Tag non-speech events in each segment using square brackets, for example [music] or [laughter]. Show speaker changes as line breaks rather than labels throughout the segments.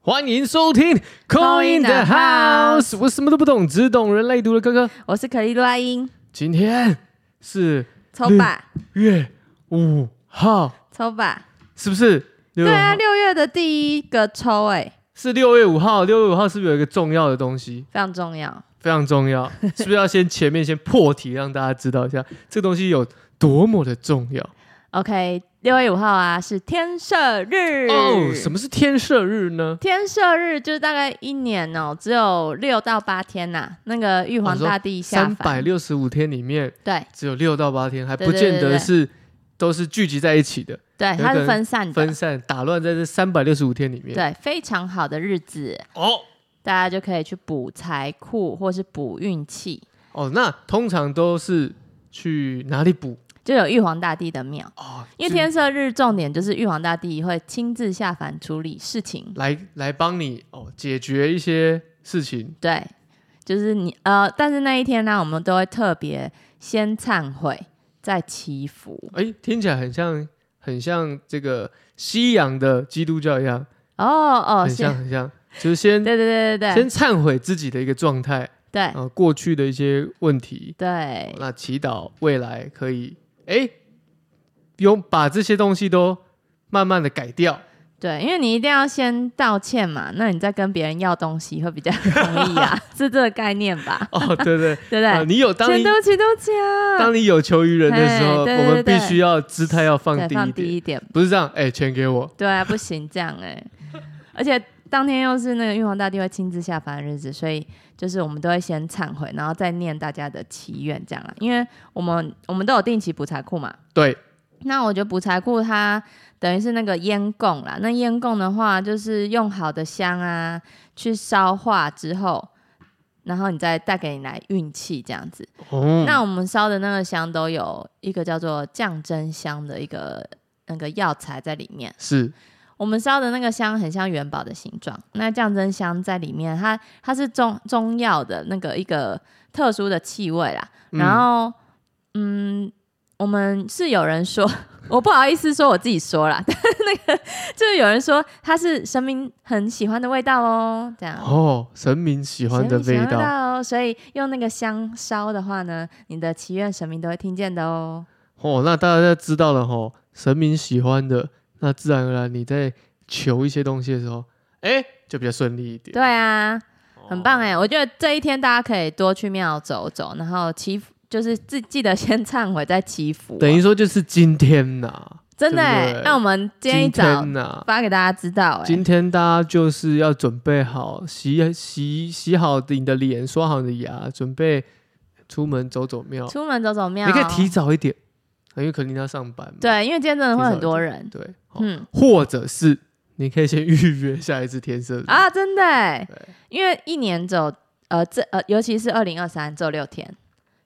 欢迎收听《Call in the House》，我什么都不懂，只懂人类读的哥哥。
我是可丽露阿英，
今天是
抽吧，
嗯月五号，
抽吧，
是不是？六
对
月五
啊，
号
六月的第一个抽、欸，哎，
是六月五号。六月五号是不是有一个重要的东西
非常重要。
非常重要？是不是要先前面先破题，让大家知道一下这个东西有多么的重要？
OK，六月五号啊是天赦日
哦，什么是天赦日呢？
天赦日就是大概一年哦、只有六到八天呐、那个玉皇大帝
哦
下
三百
凡，
六十五天里面
对
只有六到八天，还
对
不
对
见
对
得
对
是都是聚集在一起的。
对，
有
它
个
是分散
分
的，
散打乱在这三百六十五天里面。
对，非常好的日子，
哦
大家就可以去补财库或是补运气，
哦，那通常都是去哪里补
就有玉皇大帝的庙。
哦？
因为
去
天赦日重点就是玉皇大帝会亲自下凡处理事情，
来来帮你哦解决一些事情
对，就是你呃，但是那一天呢，我们都会特别先忏悔，再祈福
哎，听起来很像很像这个西洋的基督教一样，
哦哦，
很
先
像很像，就是先
对对对对对
先忏悔自己的一个状态
对
啊、呃过去的一些问题，哦
对
那祈祷未来可以哎，用把这些东西都慢慢的改掉。
对，因为你一定要先道歉嘛，那你再跟别人要东西会比较 [laughs] 容易
[laughs]
啊，是这个概念吧？
哦，对对，
[laughs] 对不
啊，
对？
你有当
先
你
对不起，对不起
[laughs]
啊，
当你有求于人的时候，
嘿对
我们
对对
必须要姿态要放
对，
低
放
一
低
点，
一点
不是这样，哎、钱给我，
对啊，不行这样哎、而且当天又是那个玉皇大帝会亲自下凡的日子，所以就是我们都会先忏悔，然后再念大家的祈愿这样啦。因为我们我们都有定期补财库嘛，
对，
那我觉得补财库它等于是那个烟供啦。那烟供的话，就是用好的香啊去烧化之后，然后你再带给你来运气这样子。
哦，
那我们烧的那个香都有一个叫做降真香的一个那个药材在里面。
是
我们烧的那个香很像元宝的形状，那降真香在里面，它它是中中药的那个一个特殊的气味啦。
嗯
然后，嗯，我们是有人说， [laughs] 我不好意思说我自己说啦， [laughs] 但是那个就是有人说它是神明很喜欢的味道哦，这样。
哦，神明喜欢的
神明
味
喜欢
道，
哦，所以用那个香烧的话呢，你的祈愿神明都会听见的哦。
哦，那大家知道了吼，神明喜欢的，那自然而然你在求一些东西的时候，哎、就比较顺利一点，
对啊，很棒
哦
哎、我觉得这一天大家可以多去庙走走，然后祈福，就是记记得先忏悔再祈福啊、
哦等于说就是今天呐、
真的哎、
对不对
那我们今天一
今
早
天呐、
发给大家知道哎、
今天大家就是要准备好洗洗洗好你的脸，刷好你的牙，准备出门走走庙。
出门走走庙，啊
你可以提早一点，因为可能要上班嘛。
对，因为今天真的会很多人，
对，好
嗯
或者是你可以先预约下一次天色日。
啊，真的哎、
对
因为一年走呃这呃，尤其是二零二三走六天，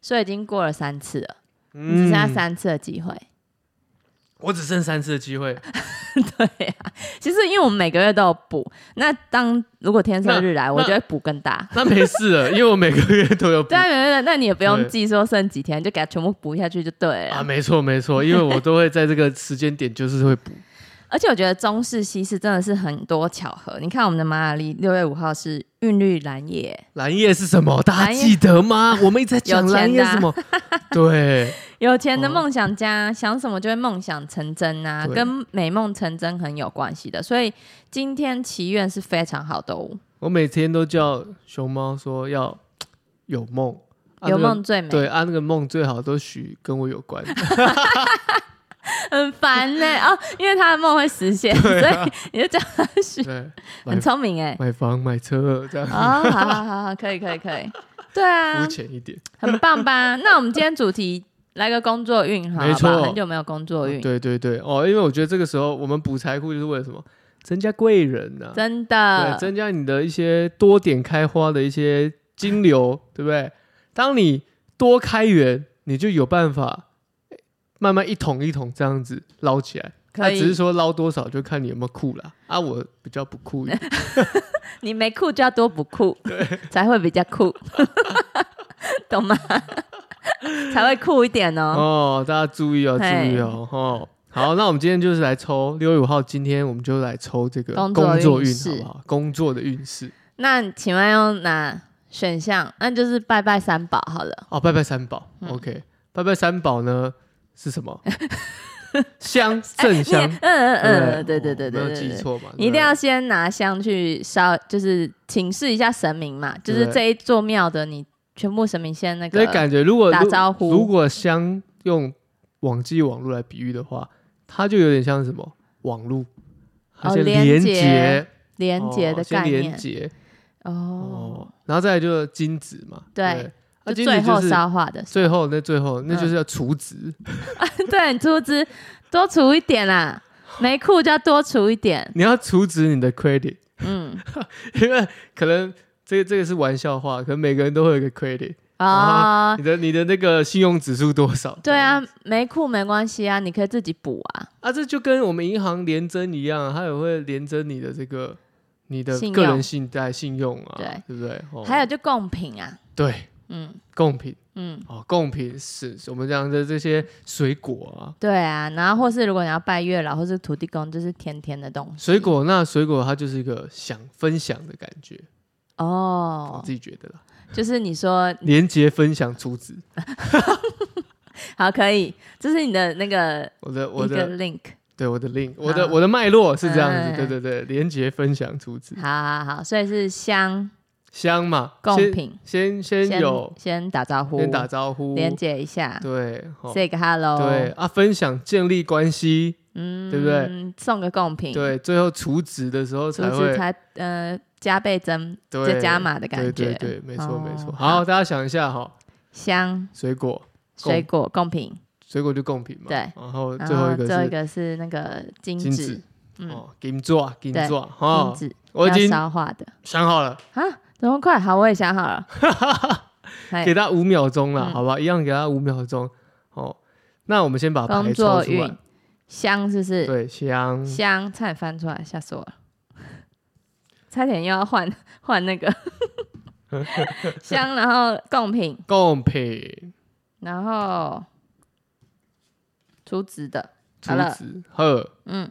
所以已经过了三次了，你只剩下
嗯，
三次的机会。 [laughs]
我只剩三次的机会。
对呀、其实因为我们每个月都有补，那当如果天
那
赦日来，我
那
就会补更大。
那没事了，因为我每个月都有补
[laughs] 对啊，没没没，那你也不用
对
记说剩几天，就给它全部补下去就对了。
啊，没错没错，因为我都会在这个时间点就是会补。
而且我觉得中式西式真的是很多巧合。你看我们的马雅历六月五号是韵律蓝夜，
蓝叶是什么？大家
蓝叶
记得吗？我们一直在讲
有钱
蓝叶
的啊
是什么？ [laughs] 对，
有钱的
哦
梦想家、想什么就会梦想成真啊，
对
跟美梦成真很有关系的。所以今天祈愿是非常好的哦，
我每天都叫熊猫说要有梦，啊
有
那个
梦最美，
对啊，那个梦最好都许跟我有
[laughs]
关。
很烦呢、哦，因为他的梦会实现，所
啊
以你就叫他许，
对，
很
买
聪
[laughs]
明哎、
买房买车这样，
哦，好好好好，可以可以可以，对啊，
肤浅一点。
很棒吧？那我们今天主题来个工作运好了吧，
没错
很久没有工作运，
对对对，哦，因为我觉得这个时候我们补财库就是为了什么？增加贵人呐、
真
对，
的，
增加你的一些多点开花的一些金流， [laughs] 对不对？当你多开源，你就有办法哎慢慢一桶一桶这样子捞起来。
可
那只是
以。
说捞多少就看你有没有酷啦。啊，我比较不酷一点。
你没酷就要多补酷，才会比较
[laughs]
酷，懂 [laughs] 吗？才会酷一点哦。
哦，大家注意哦，注
嘿
意哦，哦，好，那我们今天就是来抽六月五号，今天我们就来抽这个
工作
工作
运
运，
势
好不好？工作的运势
那请问要哪选项？那就是拜拜三宝好了。
哦，拜拜三宝、o
嗯
k 拜拜三宝呢是什么？ [laughs] 香
你
正
也
香
嗯，嗯嗯，
嗯，
对对对对
没有
对
记
对。
错嘛？
你一定
对
要先拿香去烧，就是请示一下神明嘛，就是
对
这一座庙的你全部神明先那
所以
个。
感觉如果
打招呼
如果香用网际网络来比喻的话，它就有点像什么网络，它
哦
先
连
连
接
接
连接的
哦先
概
连
念
接
哦
哦，，然后再来就是金子嘛，
对
对，那
就
金
最
子
后
哦就是
烧化的时
最后那最后那
嗯
就是要除值，
候， [laughs] 对，你出资多除一点啦，没库就要多除一点，
你要除值你的 credit， [laughs]
嗯，
因为可能这个这个是玩笑话，可能每个人都会有一个 credit，
哦，
你的你的那个信用指数多少？
对啊，没库没关系啊，你可以自己补啊，
啊，这就跟我们银行连征一样，它也会连征你的这个你的
信
个
用
人信贷、信用啊，
对
对不对？哦、
还有就贡品啊，
对
嗯
贡品
嗯，
哦，贡品是我们讲的这些水果啊，
对啊，然后或是如果你要拜月老或是土地公，就是甜甜的东西，
水果那水果它就是一个想分享的感觉，我
哦
自，己觉得啦，
就是你说
连接分享出资，
好可以，这是你的那个
我的我
一个
的
link，
对我的 link，我的
好
我的脉络是这样子，
嗯
对对对，连接分享出资
好好好，所以是香
香嘛，
贡
先
品，
先先有
先打招呼，
先打招呼，
连接一下
对，哦
，say 个 hello，
对，啊，分享建立关系，
嗯
对不对？
送个贡品，，
对，最后除值的时候
厨
才
师
会
才呃加倍增，
对
就加码的感觉，
对对对，没错
哦
没错。好，
好
大家想一下哈，
香
水果贡
水果贡品，
水果就贡品嘛，
对
然后
然
最后一
最
个
后一
是
个是那个金
金
纸
子，
嗯
哦，金座金
对
座
金
哈，
纸
哦我已
要
经
烧化的
想好了，
啊，怎么快？好，我也想好
[laughs]
了，哎
给他五秒钟啦，
嗯
好吧，一样给他五秒钟。哦，那我们先把牌
工
抽
作
出
运
来，
香是不是？
对，香
香差点翻出来，吓死我了，差点又要换 [laughs] 换
[laughs]
那个香，然后贡品，
贡品
然后厨子的，
出
好了
子呵，
嗯，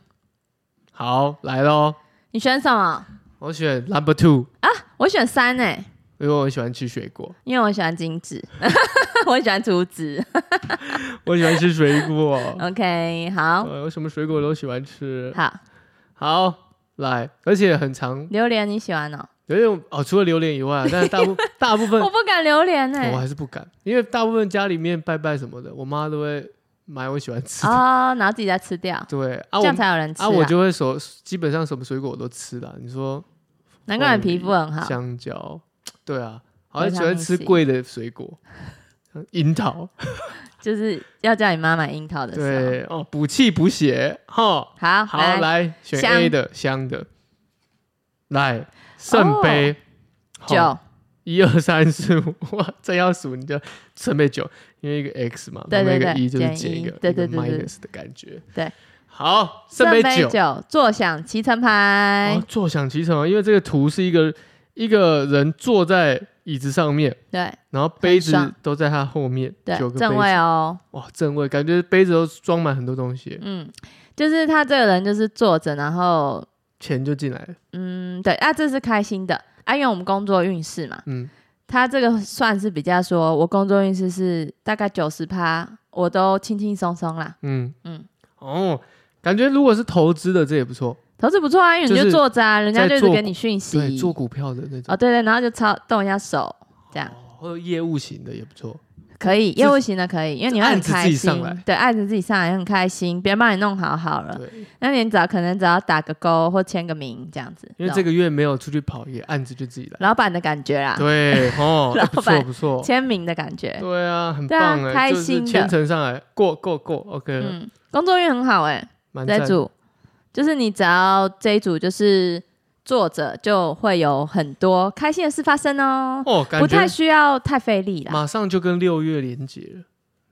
好来喽，
你选什么？
我选 number two，
我选三哎、
因为我很喜欢吃水果。
因为我喜欢金子， [laughs] 我喜欢竹子。
我喜欢吃水果，
OK，好，
呃我什么水果都喜欢吃。
好，
好，来，而且很长，
榴莲你喜欢哦？
有点哦，除了榴莲以外，但是大
[laughs]
部大部分
我不敢榴莲哎、
我还是不敢，因为大部分家里面拜拜什么的，我妈都会买我喜欢吃的。
哦，然后自己再吃掉，
对啊
这
我
样。才有人吃
啊，我就会手基本上什么水果我都吃了。你说
难怪你皮肤很好。
香蕉，对啊，好
维
像
他
喜欢
命
吃
C
贵的水果，像樱桃，
就是要叫你妈买樱桃的时
对哦，补气补血哈。
候。好，
好，
来
来选
香
A 的香的，来圣杯
哦
好
九，
一二三四五， [laughs] 哇，真要数你就圣杯九，因为一个 X 嘛，
对
旁
对
边
对
一个 E 就是
减
减
一
一个
对
一个
对对对
minus 的感觉，
对，
好，圣
圣
杯
杯
九，
九，坐享其成牌
哦，。坐享其成啊，因为这个图是一个一个人坐在椅子上面，
对
然后杯
很爽
子都在他后面，
对
九，个杯
正位
子，
哦。
哇，正位，感觉杯子都装满很多东西，
嗯，就是他这个人就是坐着，然后
钱就进来了，
嗯，对啊，这是开心的啊，因为我们工作运势嘛。
嗯，
他这个算是比较说，我工作运势是大概九十趴，我都轻轻松松啦。
嗯
嗯
嗯，哦，感觉如果是投资的，这也不错，
投资不错啊，因为你
就是
就坐着啊，人家
在
就一直
做
给你讯息。
对，做股票的那种，
哦，对对，然后就操动一下手，这样
哦或者业务型的也不错，
可以，
这
业务型的可以，因为你会很
按着
开
自己
心
上来，
对，按着自己上来很开心，别人帮你弄好好了，
对，
那你只要可能只要打个勾或签个名这样子，
因为
那
这
种
个月没有出去跑，也案子就自己来，
老板的感觉啦，
对，哦，
[laughs] 老
哎不
板
错不错，
签名的感觉，
对啊，很
对啊
棒哎，
开
就是
心的
千层上来，过过过，OK，了
嗯，工作运很好哎、
蛮
这
赞
一组就是你只要这一组就是坐着，就会有很多开心的事发生哦，
哦，
不
感觉
太需要太费力啦。
马上就跟六月连结了，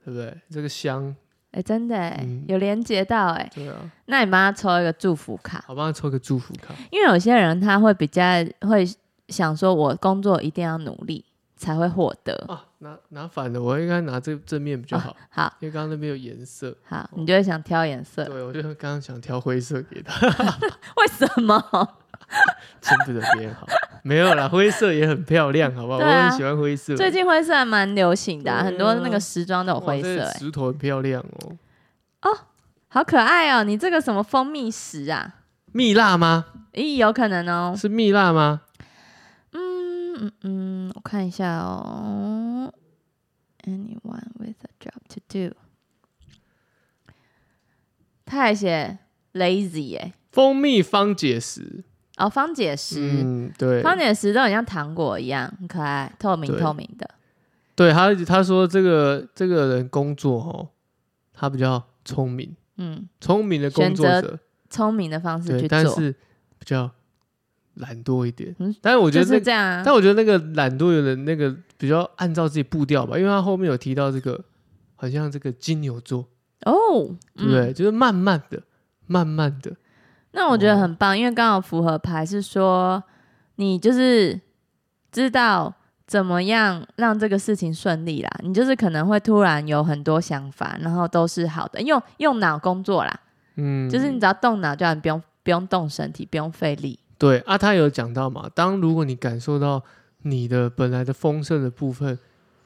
对不对？这个香，
哎、真的、哎，
嗯
有连接到哎、
对啊，
那你帮他抽一个祝福卡，
好，帮他抽个祝福卡，
因为有些人他会比较会想说，我工作一定要努力才会获得，哦
啊拿拿反了，我应该拿这正面比较
[laughs]
好，
好
因为刚刚那边有颜色。
好，你就会想挑颜色，
对，我就刚刚想挑灰色给他，
为什么？
见不得别人好。没有啦，灰色也很漂亮，好不好？
对啊
我很喜欢灰色。
最近灰色还蛮流行的啊、
对啊
很多那个时装都有
哇
灰
哦这
色、哎，
石头很漂亮哦。
好可爱哦！你这个什么蜂蜜石啊？
蜜蜡吗？
咦，有可能哦。
是蜜蜡吗？
嗯嗯嗯，我看一下哦。Anyone with a job to do？他还写 lazy 哎、
蜂蜜方解石。
哦，方解石，
嗯，对，
方解石都很像糖果一样，很可爱，透明
对
透明的。
对他他说这个这个人工作哦，他比较聪明，
嗯，
聪明的工作
选
者，
聪明的方式
对，
去
但
做，
是比较懒惰一点。
嗯
但是我觉
就
得那
是这样啊。
但我觉得那个懒惰的人，那个比较按照自己步调吧，因为他后面有提到这个，好像这个金牛座，
哦，
对不
嗯
对？就是慢慢的、慢慢的，
那我觉得很棒，因为刚好符合牌是说，你就是知道怎么样让这个事情顺利啦。你就是可能会突然有很多想法，然后都是好的，用用脑工作啦，
嗯，
就是你只要动脑就好，你不用不用动身体，不用费力。
对啊。他有讲到嘛，当如果你感受到你的本来的丰盛的部分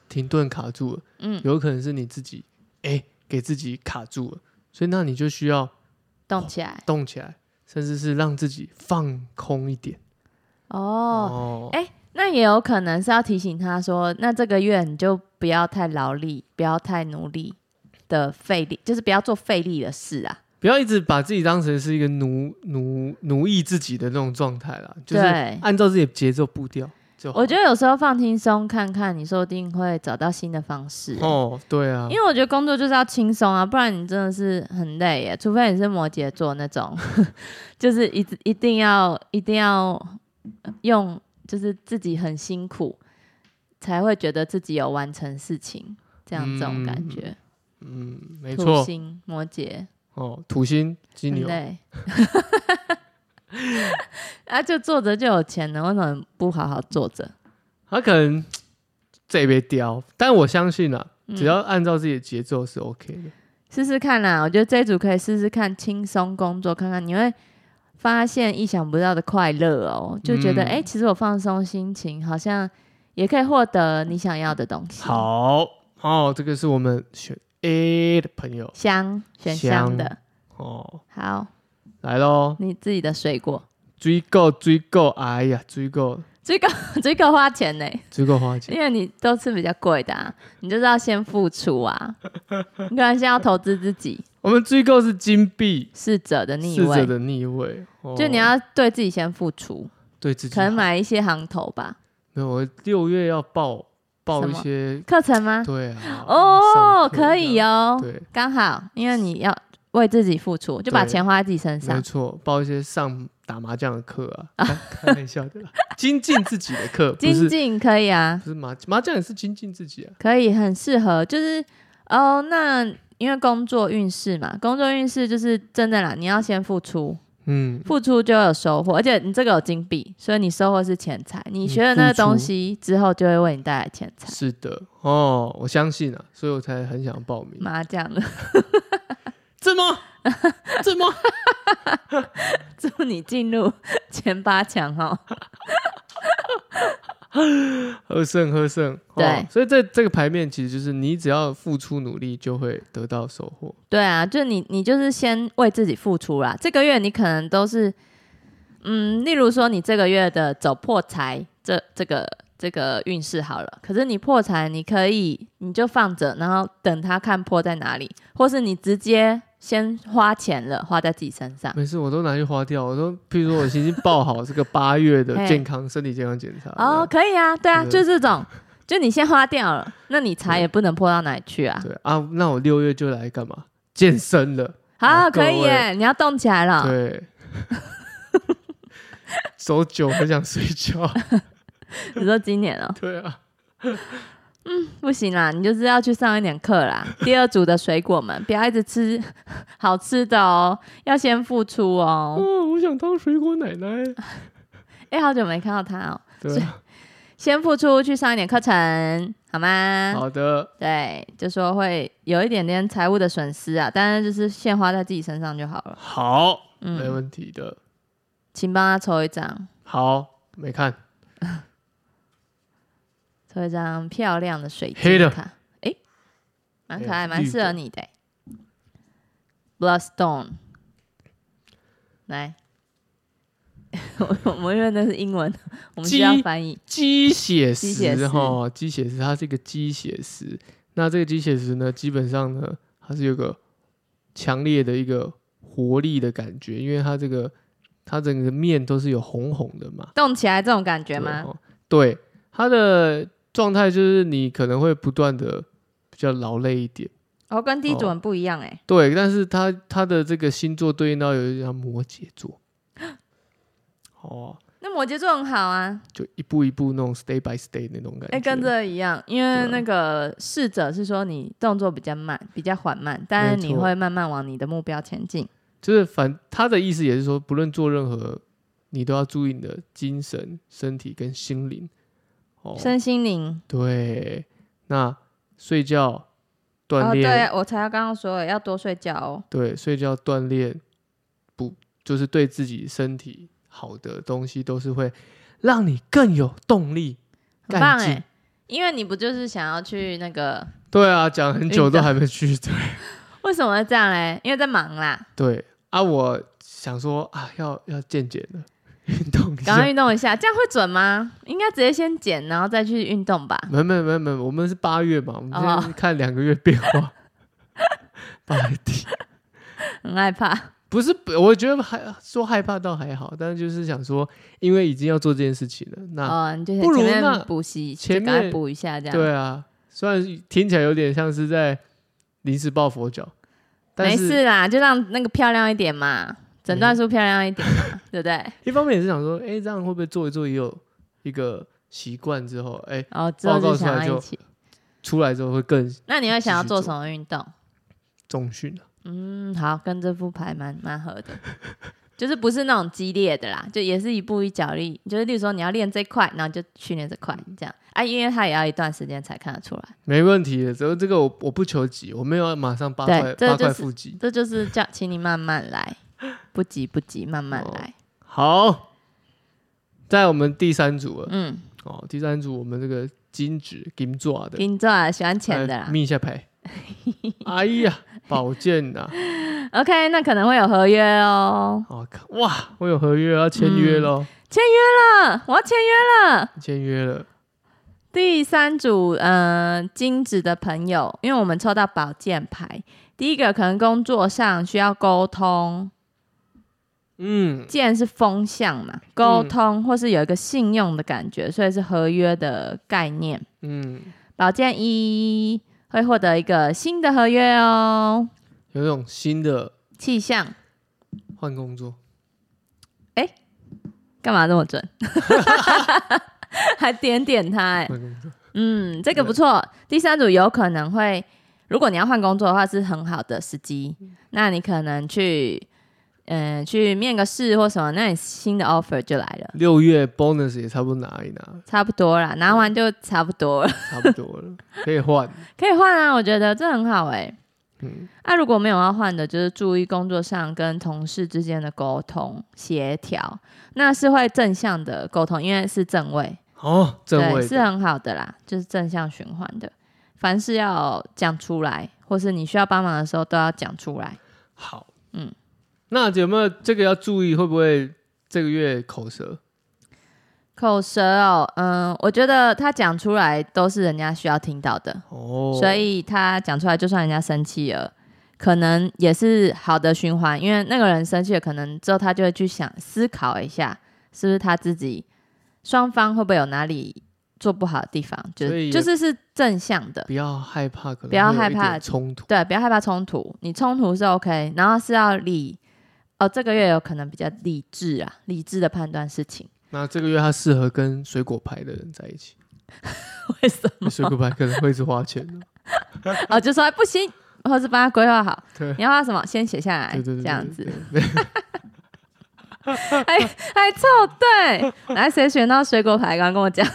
停顿卡住了，
嗯，
有可能是你自己哎、给自己卡住了，所以那你就需要
动起来
动起来，甚至是让自己放空一点
哦。
哦
哎那也有可能是要提醒他说，那这个月你就不要太劳力，不要太努力的费力，就是不要做费力的事啊。
不要一直把自己当成是一个奴奴奴役自己的那种状态啦，就是
对
按照自己的节奏步调 [laughs] 就好。
我觉得有时候放轻松看看，你说不定会找到新的方式。
哦，对啊
因，为我觉得工作就是要轻松啊，不然你真的是很累耶。除非你是摩羯座那种， [laughs] 就是一直一定要一定要用，就是自己很辛苦，才会觉得自己有完成事情，这样这种感觉。
嗯，没
土
错，
星摩羯
哦，土星金
很
牛，
累， [laughs] 啊，就坐着就有钱了，为什么不好好坐着？
他可能这边雕，但我相信啊，
嗯
只要按照自己的节奏是 OK 的。
试试看啦，我觉得这一组可以试试看轻松工作，看看你会发现意想不到的快乐哦，就觉得
嗯
哎、诶其实我放松心情，好像也可以获得你想要的东西。，
好，哦，这个是我们选 A 的朋友
香选
香
香的，
哦，
好，
来喽，
你自己的水果，
追购追购，哎呀，追购
这 [laughs] 个这个花钱
[laughs]
呢、
追购花钱，
因为你都吃比较贵的、啊，你就是要先付出啊，你可能先要投资自己，
我们追购是金币。
适者的逆
逝者
位，
的逆位，哦
就你要对自己先付出，
对自己
可能
好
买一些行头吧，
没有，我六月要报报
什
一
么
些，
课程吗？
对啊，
哦，
上课
可以
这样，
哦，
对，
刚好，因为你要为自己付出，就把
对
钱花在自己身
没
上。
错，报一些上打麻将的课啊， [laughs] 开开玩笑
[laughs]
的啦，精进自己的课，不
精
是
进可以啊
不，是麻麻将也是精进自己啊，
可以，很适合。就是哦，那因为工作运势嘛，工作运势就是真的啦，你要先付出，
嗯，
付出就有收获，而且你这个有金币，所以你收获是钱财。你学了那
嗯
个
付出
东西之后，就会为你带来钱财。
是的，哦，我相信啊，所以我才很想报
[laughs]
名，
麻将的，
怎么怎么
祝你进入前八强哦。
喝胜喝胜，哦
对
所以这这个牌面其实就是你只要付出努力就会得到收获，
对啊，就你你就是先为自己付出啦。这个月你可能都是，嗯，例如说你这个月的走破财这这个这个运势好了，可是你破财，你可以你就放着，然后等它看破在哪里，或是你直接先花钱了，花在自己身上。
没事，我都拿去花掉。我都，譬如说，我已经报好这个八月的
嘿
健康身体健康检查。
哦，可以啊，对啊，
对
就是这种，就你先花掉了，那你财也不能破到哪里去啊。
对啊，那我六月就来干嘛？健身了。
好，
啊各
可以
位
耶，你要动起来了。 [laughs]
对，手久很想睡觉。 [laughs]
你说今年哦、
对啊，
[laughs] 不行啦，你就是要去上一点课啦。第二组的水果们，不要一直吃 [laughs] 好吃的哦，要先付出哦。
嗯哦，我想当水果奶奶。
哎、好久没看到他哦。
对啊，
先付出去上一点课程，好吗？
好的，
对，就说会有一点点财务的损失啊，当然就是现花在自己身上就好了。
好，没
嗯，
问题的，
请帮他抽一张，
好，没看，
抽一张漂亮的水
黑的
晶卡，诶，蛮可
哎
爱，蛮
绿
适合
的
你的、Bloodstone，来， [laughs] 我我们因为那是英文，我们需要
鸡
翻译。
鸡血
鸡血
石
石
哈，鸡血石它是一个鸡血石，那这个鸡血石呢，基本上呢，它是有个强烈的一个活力的感觉，因为它这个它整个面都是有红红的嘛，
动起来这种感觉
对
吗？
哦对，它的状态就是你可能会不断的比较劳累一点，
哦，跟第一组很不一样哎、
对，但是它它的这个星座对应到有一张摩羯
[gasps]
座，哦，
那摩羯座很好啊，
就一步一步那种 stay by stay 那种感觉，
哎、跟这一样，因
对啊
为那个逝者是说你动作比较慢，比较缓慢，但是
没错
你会慢慢往你的目标前进。
就是反他的意思也是说，不论做任何，你都要注意你的精神、身体跟心灵。哦，
身心灵，
对，那睡觉锻
哦，
炼、
对我才要刚刚说了要多睡觉哦。
对，睡觉锻炼，不就是对自己身体好的东西，都是会让你更有动力。
很棒
干
哎、
净
因为你不就是想要去那个？
对啊，讲很久
运
都
动
还没去。对 [laughs]
为什么会这样嘞？因为在忙啦，
对啊，我想说啊，要要健检了，运动一
赶快
下。
运动一下，这样会准吗？应该直接先减，然后再去运动吧。
没没没没，我们是八月嘛，我们
哦
现在看两个月变化。八月底
很害怕，
不是，我觉得还说害怕倒还好，但是就是想说，因为已经要做这件事情了， [laughs] 那、
哦，你就
不
先
如
前
那
面补习，就
前
赶快
面
补一下这样。
对啊，虽然听起来有点像是在临时抱佛脚，但
没
是
事啦，就让那个漂亮一点嘛，诊断书漂亮一点嘛，
[laughs]
对不对？
一方面也是想说，哎、这样会不会做一做也有一个习惯之后，哎、
然哦后之后
报告
就
出来
想要
就
一起。
出来之后会更
那你会想要做
继续
什
做
么运动？
重训啊
嗯，好，跟这副牌蛮蛮合的，就是不是那种激烈的啦，就也是一步一脚力，就是例如说你要练这块，然后就训练这块这样啊，因为它也要一段时间才看得出来，
没问题的。只要这个我我不求急，我没有要马上八
对
块
这
八块
就是
腹肌。
这就是叫请你慢慢来，不急不急，慢慢
哦
来，
好，在我们第三组了。
嗯，
哦，第三组我们这个金纸金爪的，
给你做啊，喜欢钱
来
的啦
密一下
[laughs]
牌。哎呀，宝剑呐！
，OK，那可能会有合约哦，
哦，看哇，我有合约要签约喽，
啊，我要签约了。
签约了。
第三组，嗯、金子的朋友，因为我们抽到宝剑牌，第一个可能工作上需要沟通，
嗯，
剑是风向嘛，沟通或是有一个信用的感觉，所以是合约的概念。
嗯，
宝剑一会获得一个新的合约哦，
有种新的
气象
换工作，
干嘛那么准？还点点他、
[laughs]
哎，
换工作。
嗯，这个不错。第三组有可能会，如果你要换工作的话，是很好的时机。那你可能去，嗯、去面个试或什么，那你新的 offer 就来了，
六月 bonus 也差不多拿一拿，
差不多啦，拿完就差不多了，
差不多了， [laughs] 可以换。
可以换啊。我觉得这很好哎、
嗯，
那、如果没有要换的，就是注意工作上跟同事之间的沟通协调，那是会正向的沟通，因为是正位，
哦，正
对，
位
是啊
的，
很好的啦，就是正向循环的。凡事要讲出来，或是你需要帮忙的时候都要讲出来。
好。嗯
嗯，
那有没有这个要注意？会不会这个月口舌？
口舌哦，嗯，我觉得他讲出来都是人家需要听到的，
哦，
所以他讲出来，就算人家生气了，可能也是好的循环，因为那个人生气了，可能之后他就会去想思考一下，是不是他自己双方会不会有哪里做不好的地方，就
所以
是
也
就是是正向的。
不要害怕，可能
不要
会有
害
一
怕
点冲突。
对，不要害怕冲突，你冲突是 OK，然后是要理哦，这个月有可能比较理智啊，理智的判断事情。
那这个月他适合跟水果牌的人在一
[laughs]
起，
为什
因为水果牌可能会一直花钱的。
么？哦，就说、哎不行，或是帮他规划好，
对
你要画什么，先写下来，
对对对，
这样子
对。对对
[laughs] 还还凑对，来谁选到水果牌？刚刚跟我讲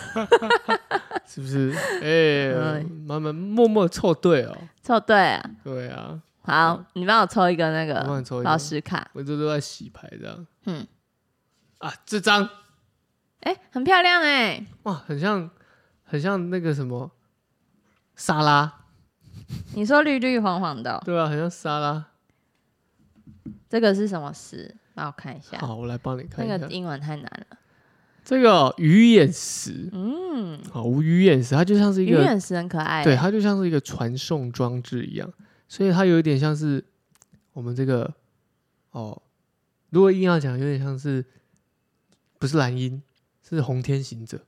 [laughs] 是不
[laughs]
是？哎、
哎
慢慢默默凑对哦。
[laughs] 凑对啊。
对啊，
好，你帮我抽一个那
我帮
个
你抽一
呃老
张，
师卡，
我这都在洗牌这样
嗯，
啊，这张
哎、很漂亮哎、
哇，很像很像那个什么沙拉，
你说绿绿黄黄的哦、
对啊，很像沙拉。
这个是什么石？让我看一下，
好，我来帮你看一
啊那
下、
个英文太难了。
这个哦鱼眼石，
嗯，
好，鱼眼石它就像是一
鱼
个
眼石很可爱、
对，，它就像是一个传送装置一样，所以它有一点像是我们这个哦，如果硬要讲，有点像是不是蓝鹰，是红天行者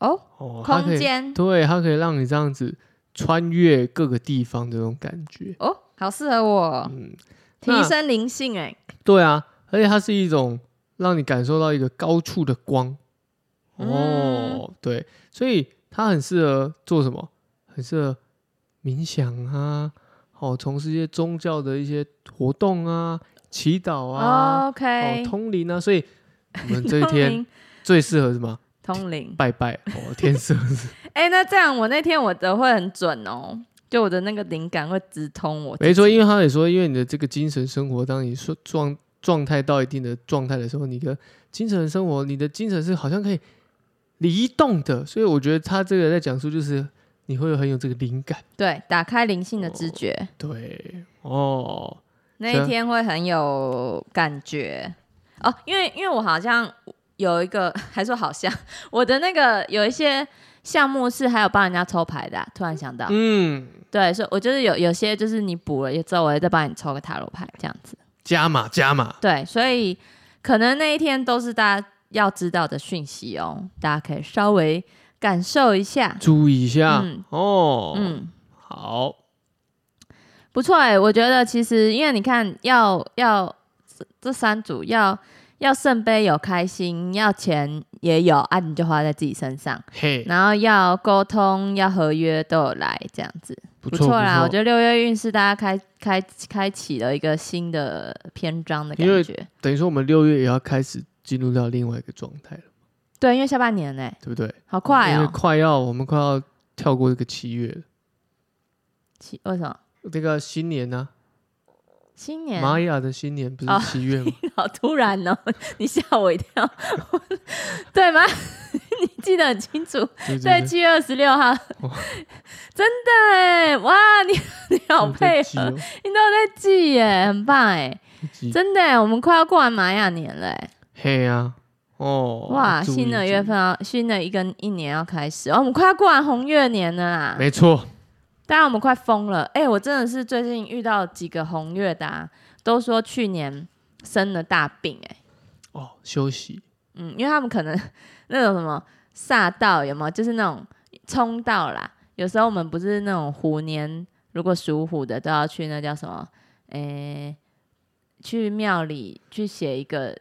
哦，
哦，它可
空
以
间
对，它可以让你这样子穿越各个地方的那种感觉，
哦，好适合我，
嗯，
提升灵性哎、
对啊，而且它是一种让你感受到一个高处的光
嗯
哦，对，所以它很适合做什么？很适合冥想啊，哦，从事一些宗教的一些活动啊、祈祷啊、
o
哦
k
通灵啊，所以我们这一
通
天
灵，
最适合什么？
通灵。
拜拜哦，天色
哎、那这样我那天我的会很准哦，就我的那个灵感会直通我自己。
没错，因为他也说，因为你的这个精神生活，当你说状状态到一定的状态的时候，你的精神生活，你的精神是好像可以移动的，所以我觉得他这个在讲述就是你会很有这个灵感，
对，打开灵性的知觉，
对，哦，
那
是
一
啊
天会很有感觉哦，因为因为我好像有一个， [laughs] 还说好像我的那个有一些项目是还有帮人家抽牌的啊、突然想到，
嗯，
对，所以我就是有有些就是你补了之后，我再帮你抽个塔罗牌这样子，
加码加码，
对，所以可能那一天都是大家要知道的讯息哦，大家可以稍微感受一下，
注意一下，
嗯
哦，
嗯。
好，
不错哎、我觉得其实因为你看要要这这三组要要圣杯有开心，要钱也有啊，你就花在自己身上，
嘿，
然后要沟通要合约都有来这样子，
不
不
错
错啦。我
不
觉得六月运势大家开开开启了一个新的篇章的感
因为
觉，
等于说我们六月也要开始进入到另外一个状态了，
对，因为下半年哎、
对不对？
好快
因为
哦、
快要我们快要跳过这个七月了，
七为什么
这个新年啊呢、
新年？
玛雅的新年不
哦
是七月
[laughs]
吗？
好突然哦、 [laughs] 你吓我一跳， [laughs] 对吗？ [laughs] 你记得很清楚。
对
对，
对对，
七月二十六号
哇，
真的哎，哇，你你 [laughs] 好配合，
合，
你都有在记耶，很棒哎，
这集
真的耶，我们快要过完玛雅年了耶，
嘿呀，哦，
哇，
注意
新的月，份啊要，新的一个一年要开始，哦，我们快要过完红月年了啦
注意，没错，
当然我们快疯了，哎，我真的是最近遇到几个红月的、啊，都说去年生了大病哎，
哦，休息，
嗯，因为他们可能 [laughs] 那种什么煞到有没有，就是那种冲到啦。有时候我们不是那种虎年，如果属虎的都要去那叫什么？诶、去庙里去写一个。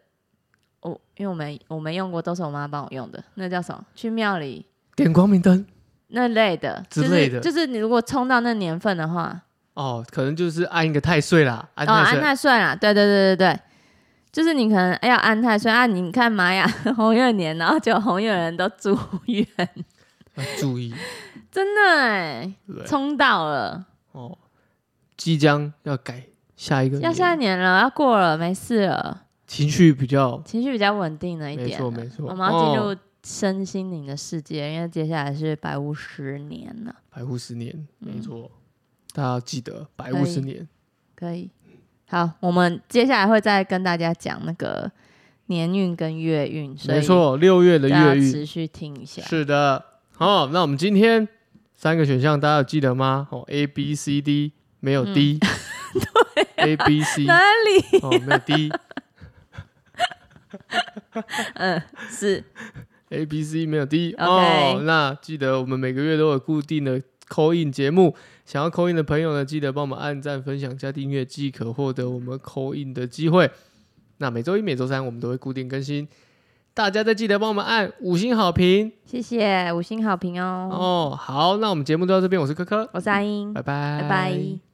我、因为我们我没用过，都是我妈帮我用的。那叫什么？去庙里
点光明灯，
那类的
之类的
就是，就是你如果冲到那年份的话，
哦，可能就是按一个太岁啦，按
哦，安
太岁，
太岁啦，对对对对对，就是你可能要安太岁啊。你看玛雅 [laughs] 红月年，然后就红月人都住院，
要注意，
真的哎，
对不对？
冲到了，
哦，即将要改下一个年，
要下一年了，要过了，没事了，
情绪比较，
情绪比较稳定了一
没
点
错
了。
没错，
我们要进
哦
入身心灵的世界，因为接下来是百五十年了，
百五十年，
嗯
没错，大家要记得百五十
可以
年，
可以。好，我们接下来会再跟大家讲那个年运跟月运，所以啊
没错，六月的
大家
月运
持续听一下。
是的，好、那我们今天三个选项大家有记得吗？哦，A、B、C、D 没有 D，、a [laughs]
嗯
啊 B、C
哪里？ [laughs]
哦没有 D，A、
嗯，是
B、C 没有 D 哦
OK。
那记得我们每个月都有固定的扣印节目，想要扣印的朋友呢，记得帮我们按赞、分享、加订阅，即可获得我们扣印的机会。那每周一、每周三我们都会固定更新，大家再记得帮我们按五星好评
谢谢五星好评哦。
哦。好，那我们节目就到这边，我是科科，
我是阿英，
拜拜，
拜拜